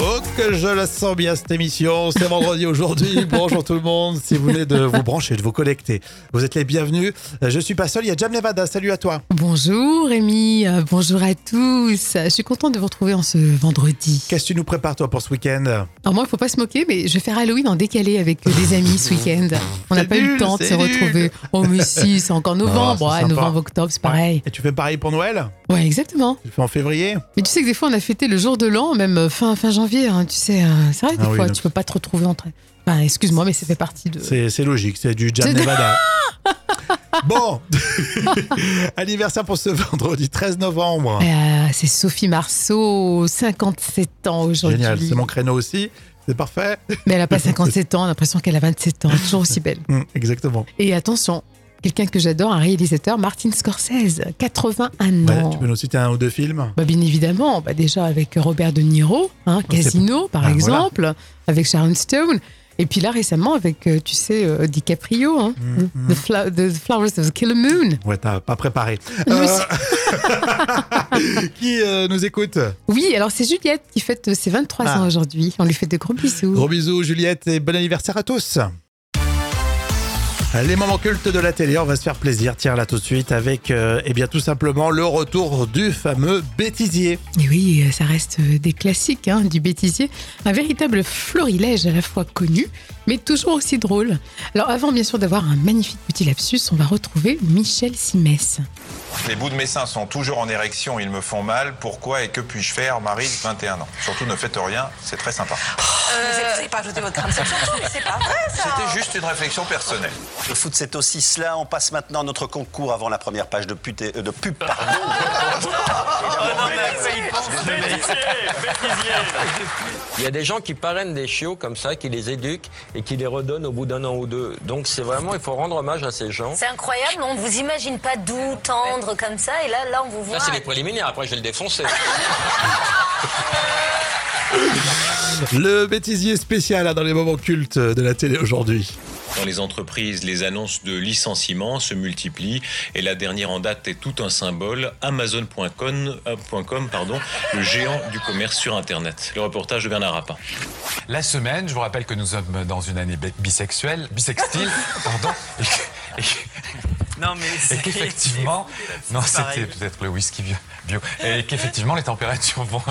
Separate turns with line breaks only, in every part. Oh, que je la sens bien cette émission. C'est vendredi aujourd'hui. Bonjour tout le monde. Si vous venez de vous brancher, de vous connecter, vous êtes les bienvenus. Euh, Je suis pas seul. Il y a Jam Nevada. Salut à toi.
Bonjour Rémi, euh, bonjour à tous. Je suis contente de vous retrouver en ce vendredi.
Qu'est-ce que tu nous prépares toi pour ce week-end
Alors moi, il faut pas se moquer, mais je vais faire Halloween en décalé avec euh, des amis ce week-end. On n'a
C'est
pas eu
nul,
le temps de
c'est
se
nul.
retrouver. Oh mais si, c'est encore novembre,
c'est
Ouais,
sympa.
novembre, octobre, c'est pareil.
Et tu fais pareil pour Noël
Ouais, exactement.
Tu le fais en février
Mais tu sais que des fois, on a fêté le jour de l'an, même euh, fin, fin janvier, hein, tu sais. euh, c'est vrai, des
Ah oui,
fois,
donc-
tu peux pas te retrouver entre... Enfin, excuse-moi, mais ça fait partie de...
C'est c'est logique. C'est du Jam
C'est-
Nevada. Bon, anniversaire pour ce vendredi 13 novembre.
Euh, c'est Sophie Marceau, 57 ans aujourd'hui.
Génial, c'est mon créneau aussi. C'est parfait.
Mais elle a pas 57 ans, on a l'impression qu'elle a 27 ans, toujours aussi belle.
Hum, Exactement.
Et attention, quelqu'un que j'adore, un réalisateur, Martin Scorsese, 81
Ouais,
ans.
tu peux nous citer un ou deux films
Bah, bien évidemment, bah, déjà avec Robert De Niro, hein,
c'est-
Casino par
Ah,
exemple, avec Sharon Stone. Et puis là récemment avec, euh, tu sais, euh, DiCaprio, hein,
Mm,
The, Fla- The Flowers of the Killer Moon.
Ouais, t'as pas préparé.
Non, mais
Euh. qui euh, nous écoute
Oui, alors c'est Juliette qui fête ses 23
Ah.
ans aujourd'hui. On lui fait de gros bisous.
Gros bisous Juliette et bon anniversaire à tous. Les moments cultes de la télé, on va se faire plaisir. Tiens là tout de suite avec, euh, eh bien tout simplement le retour du fameux bêtisier.
Et oui, euh, ça reste des classiques hein, du bêtisier. Un véritable florilège à la fois connu, mais toujours aussi drôle. Alors avant bien sûr d'avoir un magnifique petit lapsus, on va retrouver Michel Simès.
Les bouts de mes seins sont toujours en érection, ils me font mal. Pourquoi et que puis-je faire Marie, 21 ans. Surtout ne faites rien, c'est très
Euh,
sympa.
Vous avez- vous avez pas ajouté votre crâne sur le mais c'est pas vrai ça.
C'était juste une réflexion personnelle.
Le foot, c'est aussi cela. On passe maintenant à notre concours avant la première page de, pute et- euh, de pub.
Ah.
pardon.
Il y a des gens qui parrainent des chiots comme ça, qui les éduquent et qui les redonnent au bout d'un an ou deux. Donc c'est vraiment, il faut rendre hommage à ces gens.
C'est incroyable, on vous imagine pas doux, tendre comme ça, et là, là, on vous voit.
Là, c'est les préliminaires, après je vais le défoncer.
Le bêtisier spécial hein, dans les moments cultes de la télé aujourd'hui.
Dans les entreprises, les annonces de licenciements se multiplient et la dernière en date est tout un symbole, amazon.com, euh, point com, pardon, le géant du commerce sur Internet. Le reportage de Bernard Rapin.
La semaine, je vous rappelle que nous sommes dans une année bi- bisexuelle, bisextile, pardon. et que- et que- et qu'effectivement, non, c'était peut-être le whisky bio. bio. et qu'effectivement, les températures vont.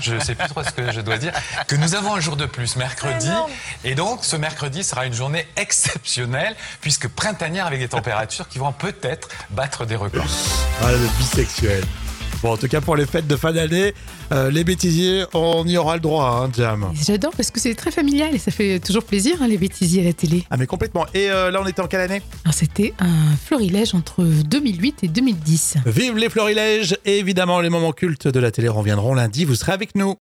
Je ne sais plus trop ce que je dois dire. Que nous avons un jour de plus, mercredi. Et donc, ce mercredi sera une journée exceptionnelle, puisque printanière avec des températures qui vont peut-être battre des records.
Ah, le bisexuel. Bon, en tout cas pour les fêtes de fin d'année, euh, les bêtisiers, on y aura le droit, hein, Jam.
J'adore parce que c'est très familial et ça fait toujours plaisir hein, les bêtisiers à la télé.
Ah mais complètement. Et euh, là on était en quelle année
Alors c'était un florilège entre 2008 et 2010.
Vive les florilèges et évidemment les moments cultes de la télé reviendront lundi, vous serez avec nous.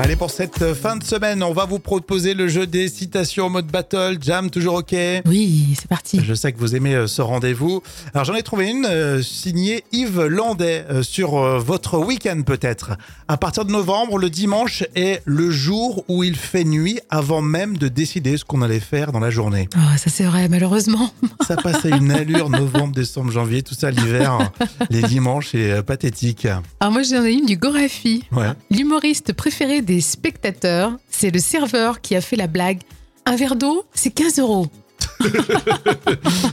Allez, pour cette fin de semaine, on va vous proposer le jeu des citations en mode battle. Jam, toujours OK
Oui, c'est parti.
Je sais que vous aimez euh, ce rendez-vous. Alors j'en ai trouvé une euh, signée Yves Landais euh, sur euh, votre week-end peut-être. À partir de novembre, le dimanche est le jour où il fait nuit avant même de décider ce qu'on allait faire dans la journée.
Oh, ça c'est vrai, malheureusement.
Ça passe à une allure novembre, décembre, janvier, tout ça l'hiver, les dimanches, c'est euh, pathétique.
Alors moi j'en ai une du Gorafi.
Ouais.
L'humoriste préféré des spectateurs, c'est le serveur qui a fait la blague. Un verre d'eau, c'est 15 euros.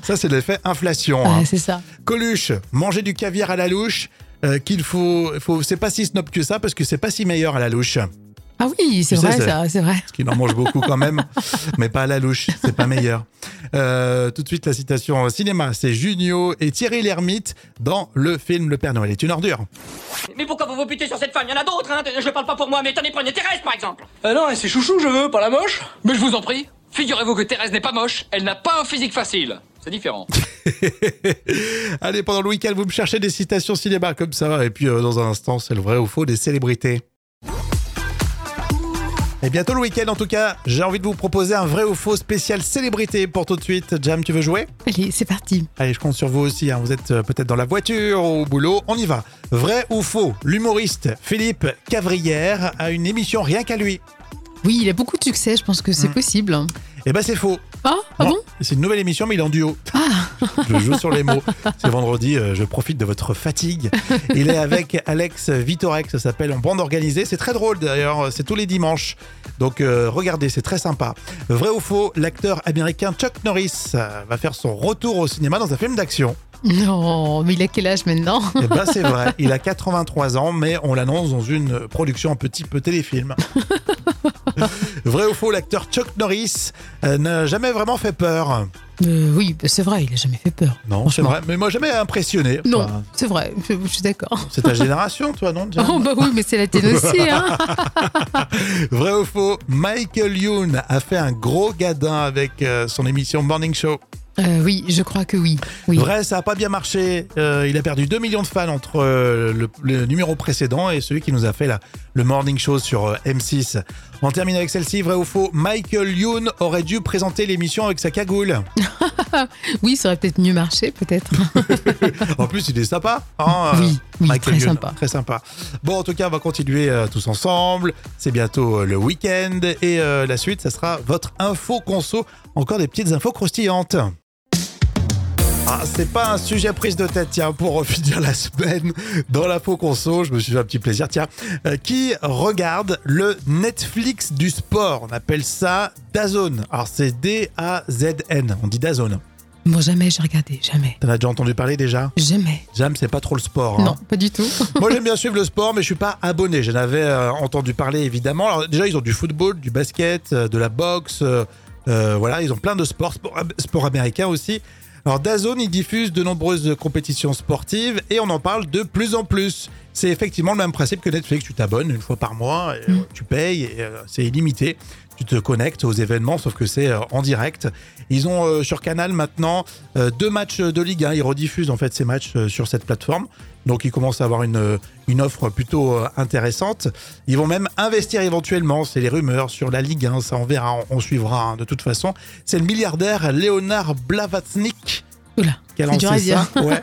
Ça, c'est l'effet inflation. hein.
Ouais, Ah, c'est ça.
Coluche, manger du caviar à la louche, euh, qu'il faut, faut c'est pas si snob que ça parce que c'est pas si meilleur à la louche.
Ah oui, c'est
Tu sais,
vrai
c'est-
ça, c'est vrai.
Parce qu'il en mange beaucoup quand même, mais pas à la louche, c'est pas meilleur. Euh, tout de suite la citation au cinéma, c'est Junio et Thierry Lhermitte dans le film Le Père Noël est une ordure.
Mais pourquoi vous vous butez sur cette femme Il y en a d'autres, hein Je parle pas pour moi, mais tenez, prenez Thérèse, par exemple
Ah non, c'est chouchou, je veux, pas la moche
Mais je vous en prie Figurez-vous que Thérèse n'est pas moche, elle n'a pas un physique facile C'est différent.
Allez, pendant le week-end, vous me cherchez des citations cinéma comme ça, et puis euh, dans un instant, c'est le vrai ou faux des célébrités. Et bientôt le week-end en tout cas, j'ai envie de vous proposer un vrai ou faux spécial célébrité pour tout de suite. Jam, tu veux jouer
Allez, c'est parti.
Allez, je compte sur vous aussi. hein. Vous êtes euh, peut-être dans la voiture ou au boulot. On y va. Vrai ou faux L'humoriste Philippe Cavrière a une émission rien qu'à lui. Hmm.
Oui, il a beaucoup de succès, je pense que c'est possible.
Eh ben, c'est faux.
Ah, ah
Non,
bon
C'est une nouvelle émission, mais il est en duo. Je joue sur les mots. C'est vendredi, euh, je profite de votre fatigue. Il est avec Alex Vitorek, ça s'appelle En bande organisée. C'est très drôle d'ailleurs, euh, c'est tous les dimanches. Donc euh, regardez, c'est très sympa. Vrai ou faux, l'acteur américain Chuck Norris euh, va faire son retour au cinéma dans un film d'action.
Non, mais il a quel âge maintenant
Eh ben c'est vrai, il a 83 ans, mais on l'annonce dans une production un petit peu téléfilm. vrai ou faux, l'acteur Chuck Norris euh, n'a jamais vraiment fait peur.
Euh, Oui, c'est vrai, il a jamais fait peur.
Non, c'est
franchement.
vrai, mais moi jamais impressionné.
Non,
Enfin,
c'est vrai, je, je suis d'accord.
c'est ta génération, toi, non Jane
Oh bah oui, mais c'est la tienne aussi, hein
Vrai ou faux Michael Youn a fait un gros gadin avec euh, son émission Morning Show.
Euh, Oui, je crois que oui. oui.
Vrai, ça n'a pas bien marché. Euh, il a perdu 2 millions de fans entre euh, le, le numéro précédent et celui qui nous a fait la- le Morning Show sur euh, M6. On termine avec celle-ci. Vrai ou faux Michael Youn aurait dû présenter l'émission avec sa cagoule.
Oui, ça aurait peut-être mieux marché, peut-être.
En plus, il est sympa. hein, euh,
Oui, oui,
Michael
très
Youn.
sympa.
Très sympa. Bon, en tout cas, on va continuer euh, tous ensemble. C'est bientôt euh, le week-end. Et euh, la suite, ça sera votre info conso. Encore des petites infos croustillantes. Ah, c'est pas un sujet prise de tête, tiens, pour finir la semaine dans l'info conso. Je me suis fait un petit plaisir, tiens. Euh, qui regarde le Netflix du sport On appelle ça DAZN. Alors, c'est D-A-Z-N. On dit DAZN.
Bon, jamais j'ai regardé, jamais.
T'en as déjà entendu parler déjà
Jamais.
Jam, c'est pas trop le sport. hein.
Non, pas du tout.
Moi, j'aime bien suivre le sport, mais je suis pas abonné. J'en avais euh, entendu parler, évidemment. Alors, déjà, ils ont du football, du basket, euh, de la boxe. euh, euh, voilà, ils ont plein de sports, sport, sport américain aussi. Alors, DAZN, ils diffusent de nombreuses compétitions sportives et on en parle de plus en plus. C'est effectivement le même principe que Netflix. Tu t'abonnes une fois par mois, et, euh, tu payes, et, euh, c'est illimité. Tu te connectes aux événements, sauf que c'est euh, en direct. Ils ont euh, sur Canal maintenant euh, deux matchs de Ligue 1. Ils rediffusent en fait ces matchs euh, sur cette plateforme. Donc ils commencent à avoir une, euh, une offre plutôt euh, intéressante. Ils vont même investir éventuellement, c'est les rumeurs, sur la Ligue 1. Ça on verra, on, on suivra hein, de toute façon. C'est le milliardaire Léonard Blavatsnik
Oula,
qui a
c'est
lancé
dur à dire.
ça. Ouais.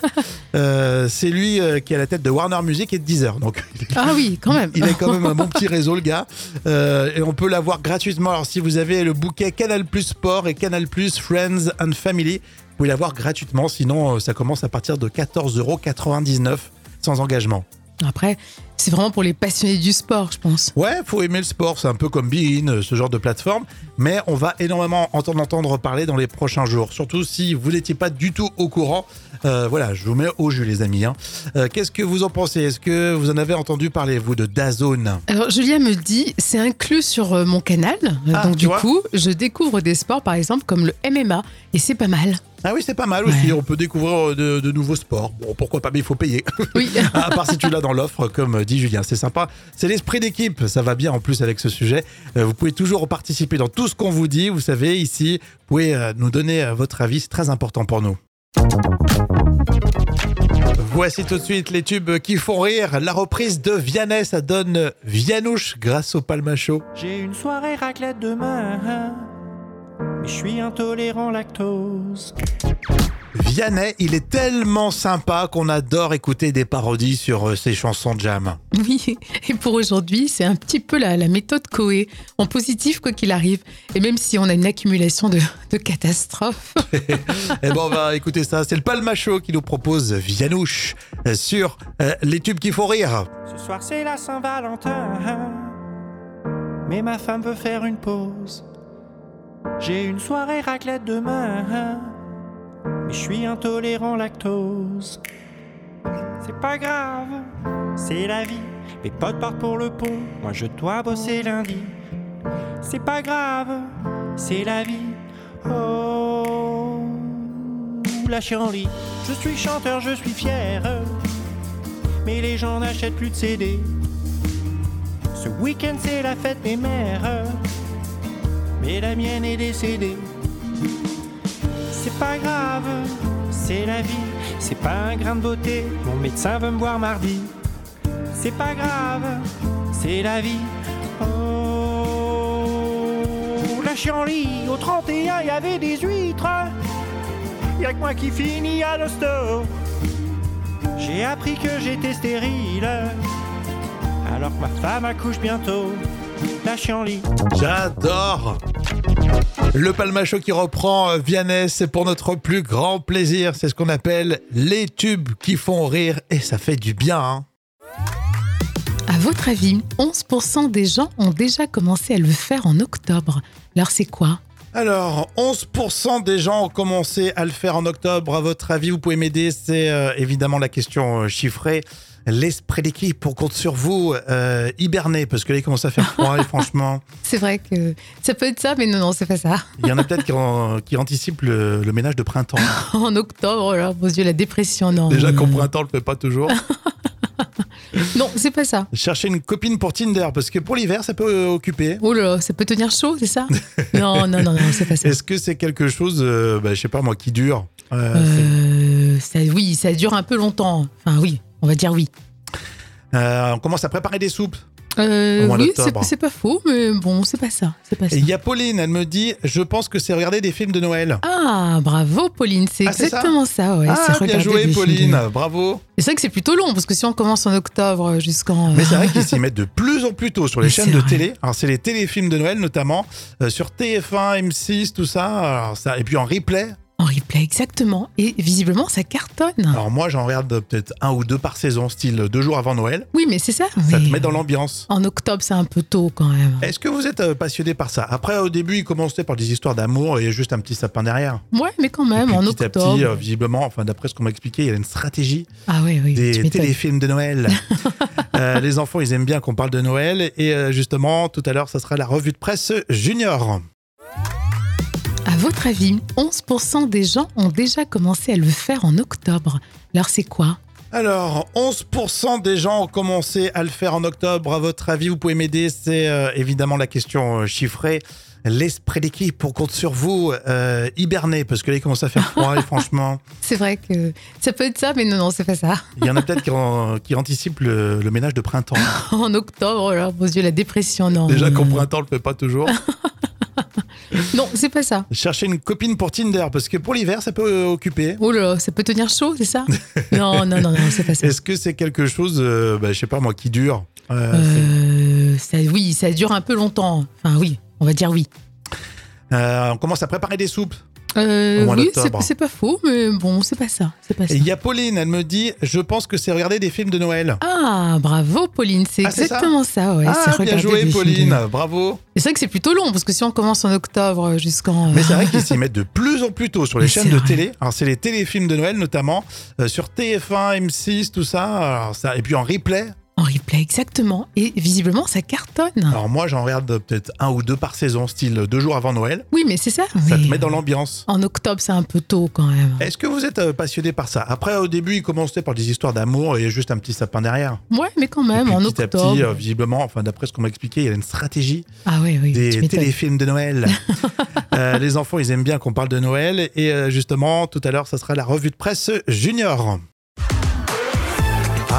Euh, c'est lui euh, qui est à la tête de Warner Music et de Deezer. Donc il est-
Ah oui, quand même.
il a quand même un bon petit réseau, le gars. Euh, et on peut l'avoir gratuitement. Alors, si vous avez le bouquet Canal Plus Sport et Canal Plus Friends and Family, vous pouvez l'avoir gratuitement. Sinon, euh, ça commence à partir de 14,99€ sans engagement.
Après, c'est vraiment pour les passionnés du sport, je pense.
Ouais, faut aimer le sport, c'est un peu comme Bein, euh, ce genre de plateforme. Mais on va énormément entendre, entendre parler dans les prochains jours. Surtout si vous n'étiez pas du tout au courant. Euh, voilà, je vous mets au jus, les amis. hein. Euh, Qu'est-ce que vous en pensez Est-ce que vous en avez entendu parler, vous, de Dazone
Alors, Julia me dit, c'est inclus sur euh, mon canal. Euh,
Ah,
donc,
tu
du
vois.
coup, je découvre des sports, par exemple, comme le MMA. Et c'est pas mal.
Ah oui, c'est pas mal aussi. On peut découvrir euh, de, de nouveaux sports. Bon, pourquoi pas, mais il faut payer.
Oui.
à part si tu l'as dans l'offre, comme dit Julien. C'est sympa. C'est l'esprit d'équipe. Ça va bien en plus avec ce sujet. Euh, Vous pouvez toujours participer dans tout ce qu'on vous dit. Vous savez, ici, vous pouvez euh, nous donner euh, votre avis. C'est très important pour nous. Voici tout de suite les tubes qui font rire. La reprise de Vianney, ça donne Vianouche grâce au Palmacho.
J'ai une soirée raclette demain, mais je suis intolérant lactose.
Vianney, il est tellement sympa qu'on adore écouter des parodies sur euh, ses chansons de jam.
Oui, et pour aujourd'hui, c'est un petit peu la, la méthode Coé, en positif quoi qu'il arrive. Et même si on a une accumulation de, de catastrophes,
Eh ben, on va écouter ça. C'est le Palmacho qui nous propose Vianouche euh, sur euh, les tubes qui font rire.
Ce soir c'est la Saint-Valentin, mais ma femme veut faire une pause. J'ai une soirée raclette demain, mais je suis intolérant lactose. C'est pas grave, c'est la vie. Mes potes partent pour le pont, moi je dois bosser lundi. C'est pas grave, c'est la vie. Oh, la lit. Je suis chanteur, je suis fier. Mais les gens n'achètent plus de CD. Ce week-end, c'est la fête des mères. Mais la mienne est décédée. C'est pas grave, c'est la vie. C'est pas un grain de beauté. Mon médecin veut me voir mardi. C'est pas grave, c'est la vie. Oh, lâché en lit. Au 31, il y avait des huîtres. Y'a que moi qui finis à l'hosto. J'ai appris que j'étais stérile. Alors que ma femme accouche bientôt. Lâché en lit.
J'adore Le Palmachot qui reprend euh, Vianney, c'est pour notre plus grand plaisir. C'est ce qu'on appelle les tubes qui font rire et ça fait du bien. hein.
À votre avis, 11% des gens ont déjà commencé à le faire en octobre. Alors c'est quoi
Alors, 11% des gens ont commencé à le faire en octobre. À votre avis, vous pouvez m'aider. C'est euh, évidemment la question euh, chiffrée. L'esprit d'équipe, on compte sur vous. Euh, hibernez, parce que là, il commence à faire froid et franchement,
C'est vrai que ça peut être ça, mais non, non, c'est pas ça.
il y en a peut-être qui, en- qui anticipent le, le ménage de printemps.
En octobre, alors, mon Dieu, la dépression, non.
Déjà qu'au printemps, on le fait pas toujours.
Ah. Non, c'est pas ça.
Chercher une copine pour Tinder, parce que pour l'hiver, ça peut euh, occuper.
Oh là là, ça peut tenir chaud, c'est ça Non, non, non, non, c'est pas ça.
Est-ce que c'est quelque chose, euh, bah, je sais pas moi, qui dure Euh,
Euh, ça- Oui, ça dure un peu longtemps. Enfin, oui, on va dire oui.
c'est- euh, On commence à préparer des soupes.
Euh,
Au mois
oui, c'est
d'octobre.
c'est pas faux, mais bon, c'est pas ça. C'est pas ça.
Et il y a Pauline, elle me dit, je pense que c'est regarder des films de Noël.
Ah, bravo, Pauline, c'est
Ah, c'est ça
exactement ça. ouais, c'est
ah, bien
regarder
joué
des films de-
Pauline, bravo.
Mais C'est vrai que c'est plutôt long, parce que si on commence en octobre jusqu'en.
Mais c'est vrai qu'ils s'y mettent de plus en plus tôt sur les
Mais
chaînes
c'est
de
vrai.
télé. Alors c'est les téléfilms de Noël notamment, euh, sur TF1, M6, tout ça. Alors, ça. Et puis en replay.
En replay, exactement. Et visiblement, ça cartonne.
Alors moi j'en regarde euh, peut-être un ou deux par saison, style deux jours avant Noël.
Oui, mais c'est ça.
Ça te
mais
met dans l'ambiance.
En octobre, c'est un peu tôt quand même.
Est-ce que vous êtes euh, passionné par ça Après au début ils commençaient par des histoires d'amour et juste un petit sapin derrière.
Ouais, mais quand même,
Puis
en
petit à petit, euh,
octobre.
visiblement, enfin d'après ce qu'on m'a expliqué, il y a une stratégie
Ah oui, oui. tu
des
m'étonnes.
téléfilms de Noël. Euh, les enfants, ils aiment bien qu'on parle de Noël. Et euh, justement, tout à l'heure, ça sera la revue de presse junior.
À votre avis, 11% des gens ont déjà commencé à le faire en octobre. Alors c'est quoi
Alors, 11% des gens ont commencé à le faire en octobre. À votre avis, vous pouvez m'aider. C'est euh, évidemment la question euh, chiffrée. L'esprit d'équipe, on compte sur vous. Euh, hibernez, parce que là, il commence à faire froid. et franchement,
C'est vrai que ça peut être ça, mais non, non, c'est pas ça.
il y en a peut-être qui, en- qui anticipent le, le ménage de printemps.
En octobre, alors, mon Dieu, la dépression, non.
Déjà
non,
qu'au
non,
printemps, on le fait pas toujours.
Non, c'est pas ça.
Chercher une copine pour Tinder, parce que pour l'hiver, ça peut euh, occuper.
Oh là là, ça peut tenir chaud, c'est ça Non, non, non, non, c'est pas ça.
Est-ce que c'est quelque chose, euh, bah, je sais pas moi, qui dure Euh,
Euh, ça- Oui, ça dure un peu longtemps. Enfin, oui, on va dire oui.
c'est- euh, On commence à préparer des soupes.
Euh,
Au mois
oui,
d'octobre.
c'est- c'est pas faux, mais bon, c'est pas ça. C'est pas ça.
Et il y a Pauline, elle me dit, je pense que c'est regarder des films de Noël.
Ah, bravo, Pauline, c'est
Ah, c'est ça
exactement ça. ouais, c'est
ah, bien
regarder
joué
des films de-
Pauline, bravo.
Et C'est vrai que c'est plutôt long, parce que si on commence en octobre jusqu'en.
Mais c'est vrai qu'ils s'y mettent de plus en plus tôt sur les
Mais
chaînes
c'est
de
vrai.
télé. Alors c'est les téléfilms de Noël notamment, euh, sur TF1, M6, tout ça. Alors, ça. Et puis en replay.
En replay, exactement. Et visiblement, ça cartonne.
Alors moi j'en regarde euh, peut-être un ou deux par saison, style euh, deux jours avant Noël.
Oui, mais c'est ça.
Ça te
mais
met dans l'ambiance.
En octobre, c'est un peu tôt quand même.
Est-ce que vous êtes euh, passionné par ça Après au début ils commençaient par des histoires d'amour et juste un petit sapin derrière.
Ouais, mais quand même,
Eh. Puis
en
petit à petit,
octobre.
euh, visiblement, enfin d'après ce qu'on m'a expliqué, il y a une stratégie
ah oui, oui, tu
des
m'étonnes.
téléfilms de Noël. Euh, les enfants, ils aiment bien qu'on parle de Noël. Et euh, justement, tout à l'heure, ça sera la revue de presse junior.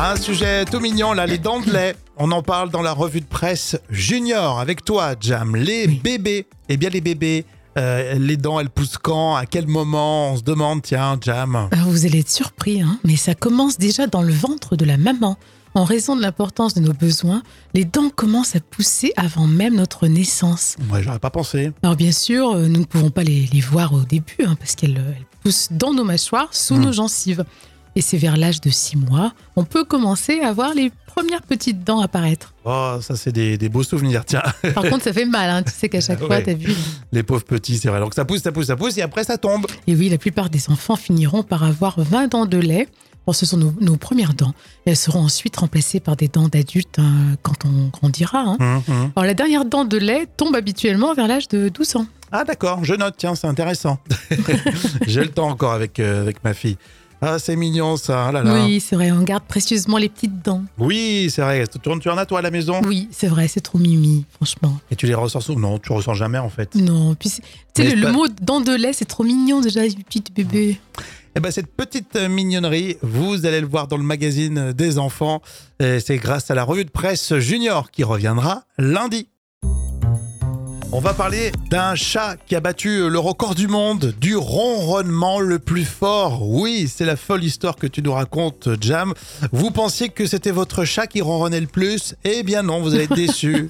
Un sujet tout mignon, là, les dents de lait. On en parle dans la revue de presse junior avec toi, Jam. Les bébés. Eh bien, les bébés, euh, les dents, elles poussent quand À quel moment On se demande, tiens, Jam.
Ah, Vous allez être surpris, hein, mais ça commence déjà dans le ventre de la maman. En raison de l'importance de nos besoins, les dents commencent à pousser avant même notre naissance.
Moi, j'aurais pas pensé.
Alors bien sûr, euh, nous ne pouvons pas les, les voir au début hein, parce qu'elles euh, elles poussent dans nos mâchoires, sous
Mm.
nos gencives. Et c'est vers l'âge de 6 mois, on peut commencer à voir les premières petites dents apparaître.
Oh, ça, c'est des, des beaux souvenirs, tiens.
Par contre, ça fait mal, hein, tu sais qu'à chaque fois,
Ouais.
t'as vu.
Les pauvres petits, c'est vrai. Donc, ça pousse, ça pousse, ça pousse, et après, ça tombe.
Et oui, la plupart des enfants finiront par avoir 20 dents de lait. Bon, ce sont nos, nos premières dents. Et elles seront ensuite remplacées par des dents d'adultes hein, quand on grandira. hein.
Hum, hum.
Alors la dernière dent de lait tombe habituellement vers l'âge de 12 ans.
Ah d'accord, je note, tiens, c'est intéressant. J'ai le temps encore avec, euh, avec ma fille. Ah, c'est mignon ça, oh là là.
Oui, c'est vrai, on garde précieusement les petites dents.
Oui, c'est vrai, tu en, tu en as toi à la maison
Oui, c'est vrai, c'est trop mimi, franchement.
Et tu les ressens souvent Non, tu ressens jamais en fait.
Non, puis c'est- tu
Mais
sais,
c'est
le, le
pas-
mot dent de lait, c'est trop mignon déjà, les petites bébés.
Eh ben cette petite euh, mignonnerie, vous allez le voir dans le magazine des enfants. Et C'est grâce à la revue de presse Junior qui reviendra lundi. On va parler d'un chat qui a battu le record du monde du ronronnement le plus fort. Oui, c'est la folle histoire que tu nous racontes, Jam. Vous pensiez que c'était votre chat qui ronronnait le plus Eh bien non, vous allez être déçu.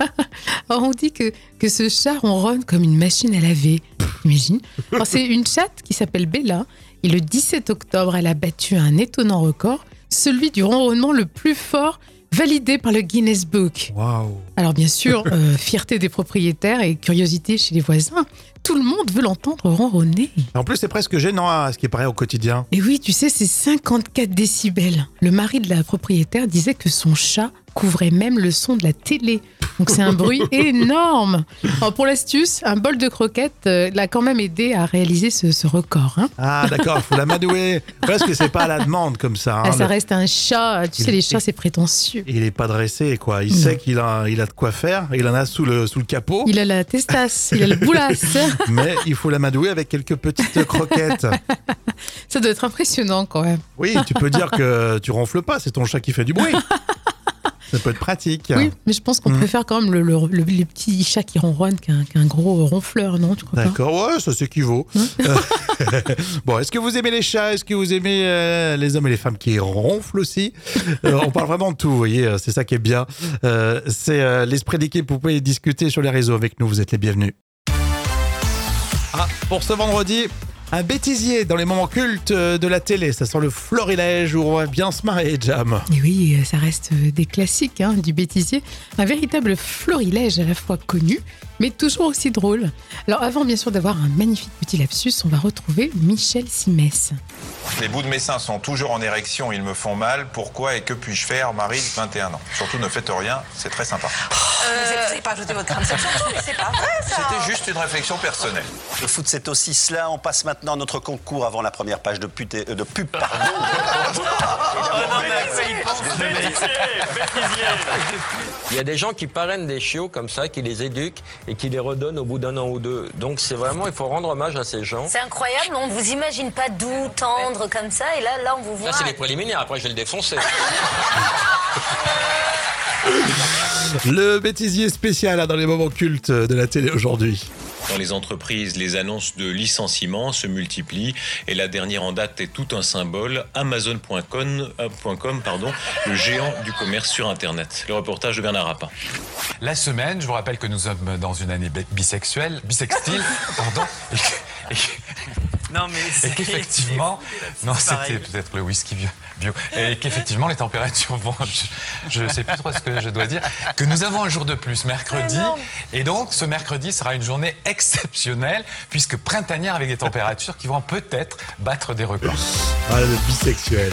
Or, on dit que, que ce chat ronronne comme une machine à laver. imagine. Alors, C'est une chatte qui s'appelle Bella et le 17 octobre, elle a battu un étonnant record, celui du ronronnement le plus fort validé par le Guinness Book.
Waouh
Alors bien sûr, euh, fierté des propriétaires et curiosité chez les voisins, tout le monde veut l'entendre ronronner.
En plus, c'est presque gênant à ce qui paraît au quotidien.
Et oui, tu sais, c'est 54 décibels. Le mari de la propriétaire disait que son chat couvrait même le son de la télé. Donc c'est un bruit énorme. Alors, pour l'astuce, un bol de croquettes euh, l'a quand même aidé à réaliser ce, ce record. hein.
Ah, d'accord, faut l'amadouer. Parce que c'est pas à la demande comme ça. hein.
Ah, ça
Le-
reste un chat. Tu sais,
Il-
les chats, c'est prétentieux.
Il est pas dressé, quoi. Il
Non.
sait qu'il a, il a de quoi faire. Il en a sous le, sous le capot.
Il a la testasse, il a le boulasse.
Mais il faut l'amadouer avec quelques petites croquettes.
Ça doit être impressionnant quand même.
Oui, tu peux dire que tu ronfles pas, c'est ton chat qui fait du bruit. Ça peut être pratique.
Oui, mais je pense qu'on
Mhm.
préfère quand même le, le- le- les petits chats qui ronronnent qu'un qu'un gros ronfleur, non Tu crois pas
D'accord, ouais, ça s'équivaut. Euh, bon, est-ce que vous aimez les chats Est-ce que vous aimez euh, les hommes et les femmes qui ronflent aussi Euh, On parle vraiment de tout, vous voyez, euh, c'est ça qui est bien. Euh, c'est euh, l'esprit d'équipe, vous pouvez discuter sur les réseaux avec nous, vous êtes les bienvenus. Ah, pour ce vendredi, un bêtisier dans les moments cultes euh, de la télé. Ça sent le florilège où on va bien se marrer, Jam.
Et oui, euh, ça reste euh, des classiques hein, du bêtisier. Un véritable florilège à la fois connu, mais toujours aussi drôle. Alors avant bien sûr d'avoir un magnifique petit lapsus, on va retrouver Michel Simès.
Les bouts de mes seins sont toujours en érection, ils me font mal. Pourquoi et que puis-je faire Marie, 21 ans. Surtout ne faites rien, c'est très sympa.
Vous n'essayez pas à jeter votre crâne sur le chanson, mais c'est pas vrai, ça.
C'était juste une réflexion personnelle.
Le foot, c'est aussi cela. On passe maintenant à notre concours avant la première page de, pute et- euh, de pub.
Ah.
pardon.
Il y a des gens qui parrainent des chiots comme ça, qui les éduquent et qui les redonnent au bout d'un an ou deux. Donc c'est vraiment, il faut rendre hommage à ces gens.
C'est incroyable, on ne vous imagine pas doux, tendre comme ça, et là, là, on vous voit.
Là, c'est les préliminaires, après je vais le défoncer.
Le bêtisier spécial hein, dans les moments cultes de la télé aujourd'hui.
Dans les entreprises, les annonces de licenciements se multiplient et la dernière en date est tout un symbole, Amazon.com, euh, point com, pardon, le géant du commerce sur Internet. Le reportage de Bernard Rapin.
La semaine, je vous rappelle que nous sommes dans une année bi- bisexuelle, bisextile, pardon. et que-
Non, mais
et qu'effectivement, non, c'était peut-être le whisky bio. bio. et qu'effectivement, les températures vont. Je ne sais plus trop ce que je dois dire. Que nous avons un jour de plus, mercredi. Et donc, ce mercredi sera une journée exceptionnelle, puisque printanière avec des températures qui vont peut-être battre des records.
Ah, le bisexuel.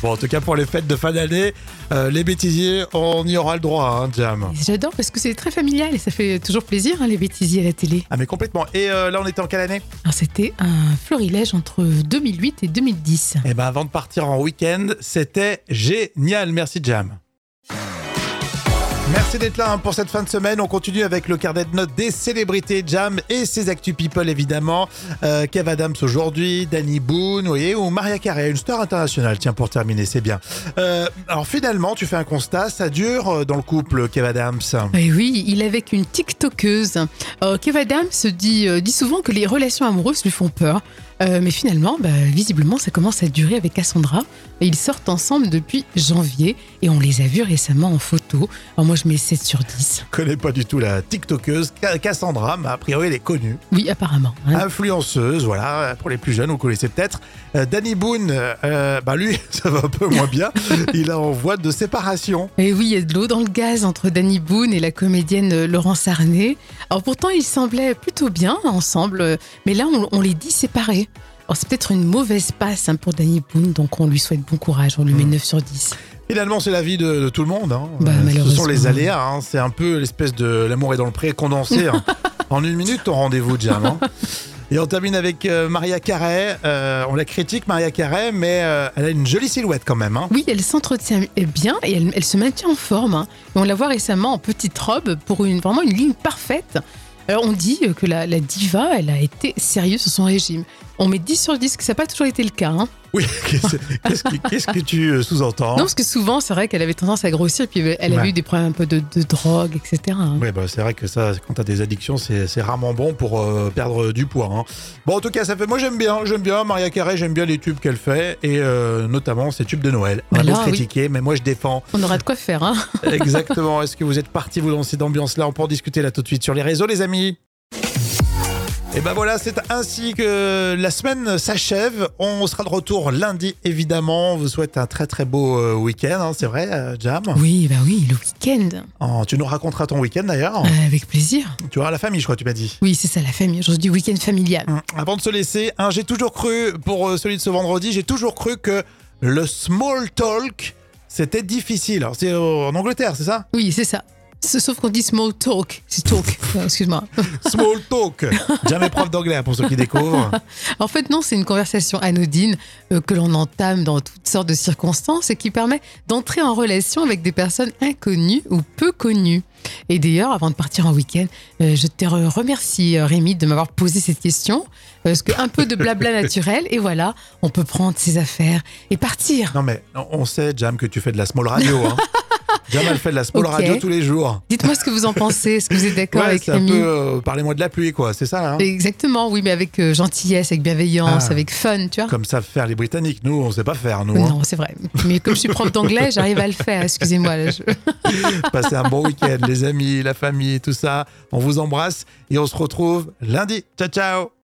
Bon, en tout cas, pour les fêtes de fin d'année, euh, les bêtisiers, on y aura le droit, hein, Jam.
Et J'adore parce que c'est très familial et ça fait toujours plaisir hein, les bêtisiers à la télé.
Ah, mais complètement. Et euh, là, on était en quelle année
Alors c'était un florilège entre 2008 et 2010.
Eh ben, avant de partir en week-end, c'était génial. Merci, Jam. Merci d'être là hein, pour cette fin de semaine. On continue avec le carnet de notes des célébrités Jam et ses actus people évidemment. Euh, Kev Adams aujourd'hui, Danny Boone, vous voyez, ou Maria Carey, une star internationale. Tiens, pour terminer, c'est bien. Euh, alors finalement, tu fais un constat, ça dure euh, dans le couple Kev Adams.
Et Eh oui, il est avec une TikTokeuse. Euh, Kev Adams se dit, euh, dit souvent que les relations amoureuses lui font peur. Euh, mais finalement, bah, visiblement, ça commence à durer avec Cassandra. Et Ils sortent ensemble depuis janvier et on les a vus récemment en photo. Alors moi, je mets 7 sur 10.
connais pas du tout la TikTokeuse Ca- Cassandra, mais a priori elle est connue.
Oui, apparemment. hein.
Ah Influenceuse, voilà, pour les plus jeunes, vous connaissez peut-être. Euh, Danny Boone, euh, bah lui, ça va un peu moins bien. Il est en voie de séparation.
Et Eh oui, il y a de l'eau dans le gaz entre Danny Boone et la comédienne euh, Laurence Arnay. Alors pourtant, ils semblaient plutôt bien ensemble, euh, mais là, on, on les dit séparés. Alors c'est peut-être une mauvaise passe hein, pour Danny Boone, donc on lui souhaite bon courage, on lui met 9 sur 10.
Finalement, c'est la vie de, de tout le monde. hein.
Bah,
Euh, Ce sont
malheureusement.
les aléas. hein. C'est un peu l'espèce de l'amour est dans le pré condensé. hein. En une minute, ton rendez-vous, Jam. hein. Et on termine avec euh, Maria Carey. Euh, on la critique, Maria Carey, mais euh, elle a une jolie silhouette quand même. hein.
Oui, elle s'entretient bien et elle, elle se maintient en forme. hein. Et on la voit récemment en petite robe pour une, vraiment une ligne parfaite. Alors on dit que la, la diva, elle a été sérieuse sur son régime. On met 10 sur 10, que ça n'a pas toujours été le cas. hein.
Oui, qu'est-ce qu'est-ce que, qu'est-ce que tu euh, sous-entends
Non, parce que souvent, c'est vrai qu'elle avait tendance à grossir, puis euh, elle avait
Ouais.
eu des problèmes un peu de, de drogue, etc. hein.
Oui, bah, c'est vrai que ça, quand t'as des addictions, c'est c'est rarement bon pour euh, perdre du poids. hein. Bon, en tout cas, ça fait. Moi, j'aime bien, j'aime bien Maria Carré, j'aime bien les tubes qu'elle fait et euh, notamment ses tubes de Noël. On
Bah
a beau
là,
se
oui.
critiquer, mais moi, je défends.
On aura de quoi faire. hein.
Exactement. Est-ce que vous êtes partis, vous, dans cette ambiance-là On peut en discuter là tout de suite sur les réseaux, les amis. Et ben voilà, c'est ainsi que la semaine s'achève. On sera de retour lundi, évidemment. On vous souhaite un très très beau euh, week-end, hein, c'est vrai, euh, Jam
Oui, bah oui, le week-end.
Oh, tu nous raconteras ton week-end d'ailleurs.
Euh, avec plaisir.
Tu auras la famille, je crois, tu m'as dit.
Oui, c'est ça, la famille. Aujourd'hui, du week-end familial.
Mm. Avant de se laisser, hein, j'ai toujours cru, pour euh, celui de ce vendredi, j'ai toujours cru que le small talk, c'était difficile. Alors, C'est euh, en Angleterre, c'est ça
Oui, c'est ça. S- Sauf qu'on dit small talk. C'est talk. Euh, Excuse-moi.
Small talk. Jamais prof d'anglais hein, pour ceux qui découvrent.
En fait, non, c'est une conversation anodine euh, que l'on entame dans toutes sortes de circonstances et qui permet d'entrer en relation avec des personnes inconnues ou peu connues. Et d'ailleurs, avant de partir en week-end, euh, je te re- remercie, euh, Rémi, de m'avoir posé cette question. euh, Parce qu'un peu de blabla naturel, et voilà, on peut prendre ses affaires et partir.
Non mais on sait, Jam, que tu fais de la small radio. hein. Jam, elle fait de la small
Ok.
radio tous les jours.
Dites-moi ce que vous en pensez. Est-ce que vous êtes d'accord
Ouais,
avec
c'est un
Rémi
peu, euh, parlez-moi de la pluie, quoi, c'est ça, hein
Exactement, oui, mais avec euh, gentillesse, avec bienveillance,
Ah.
avec fun, tu vois.
Comme savent faire les Britanniques. Nous, on sait pas faire, nous. hein.
Non, c'est vrai. Mais comme je suis prof d'anglais, j'arrive à le faire. Excusez-moi. là, je-
Passez un bon week-end, les amis, la famille, tout ça. On vous embrasse et on se retrouve lundi. Ciao, ciao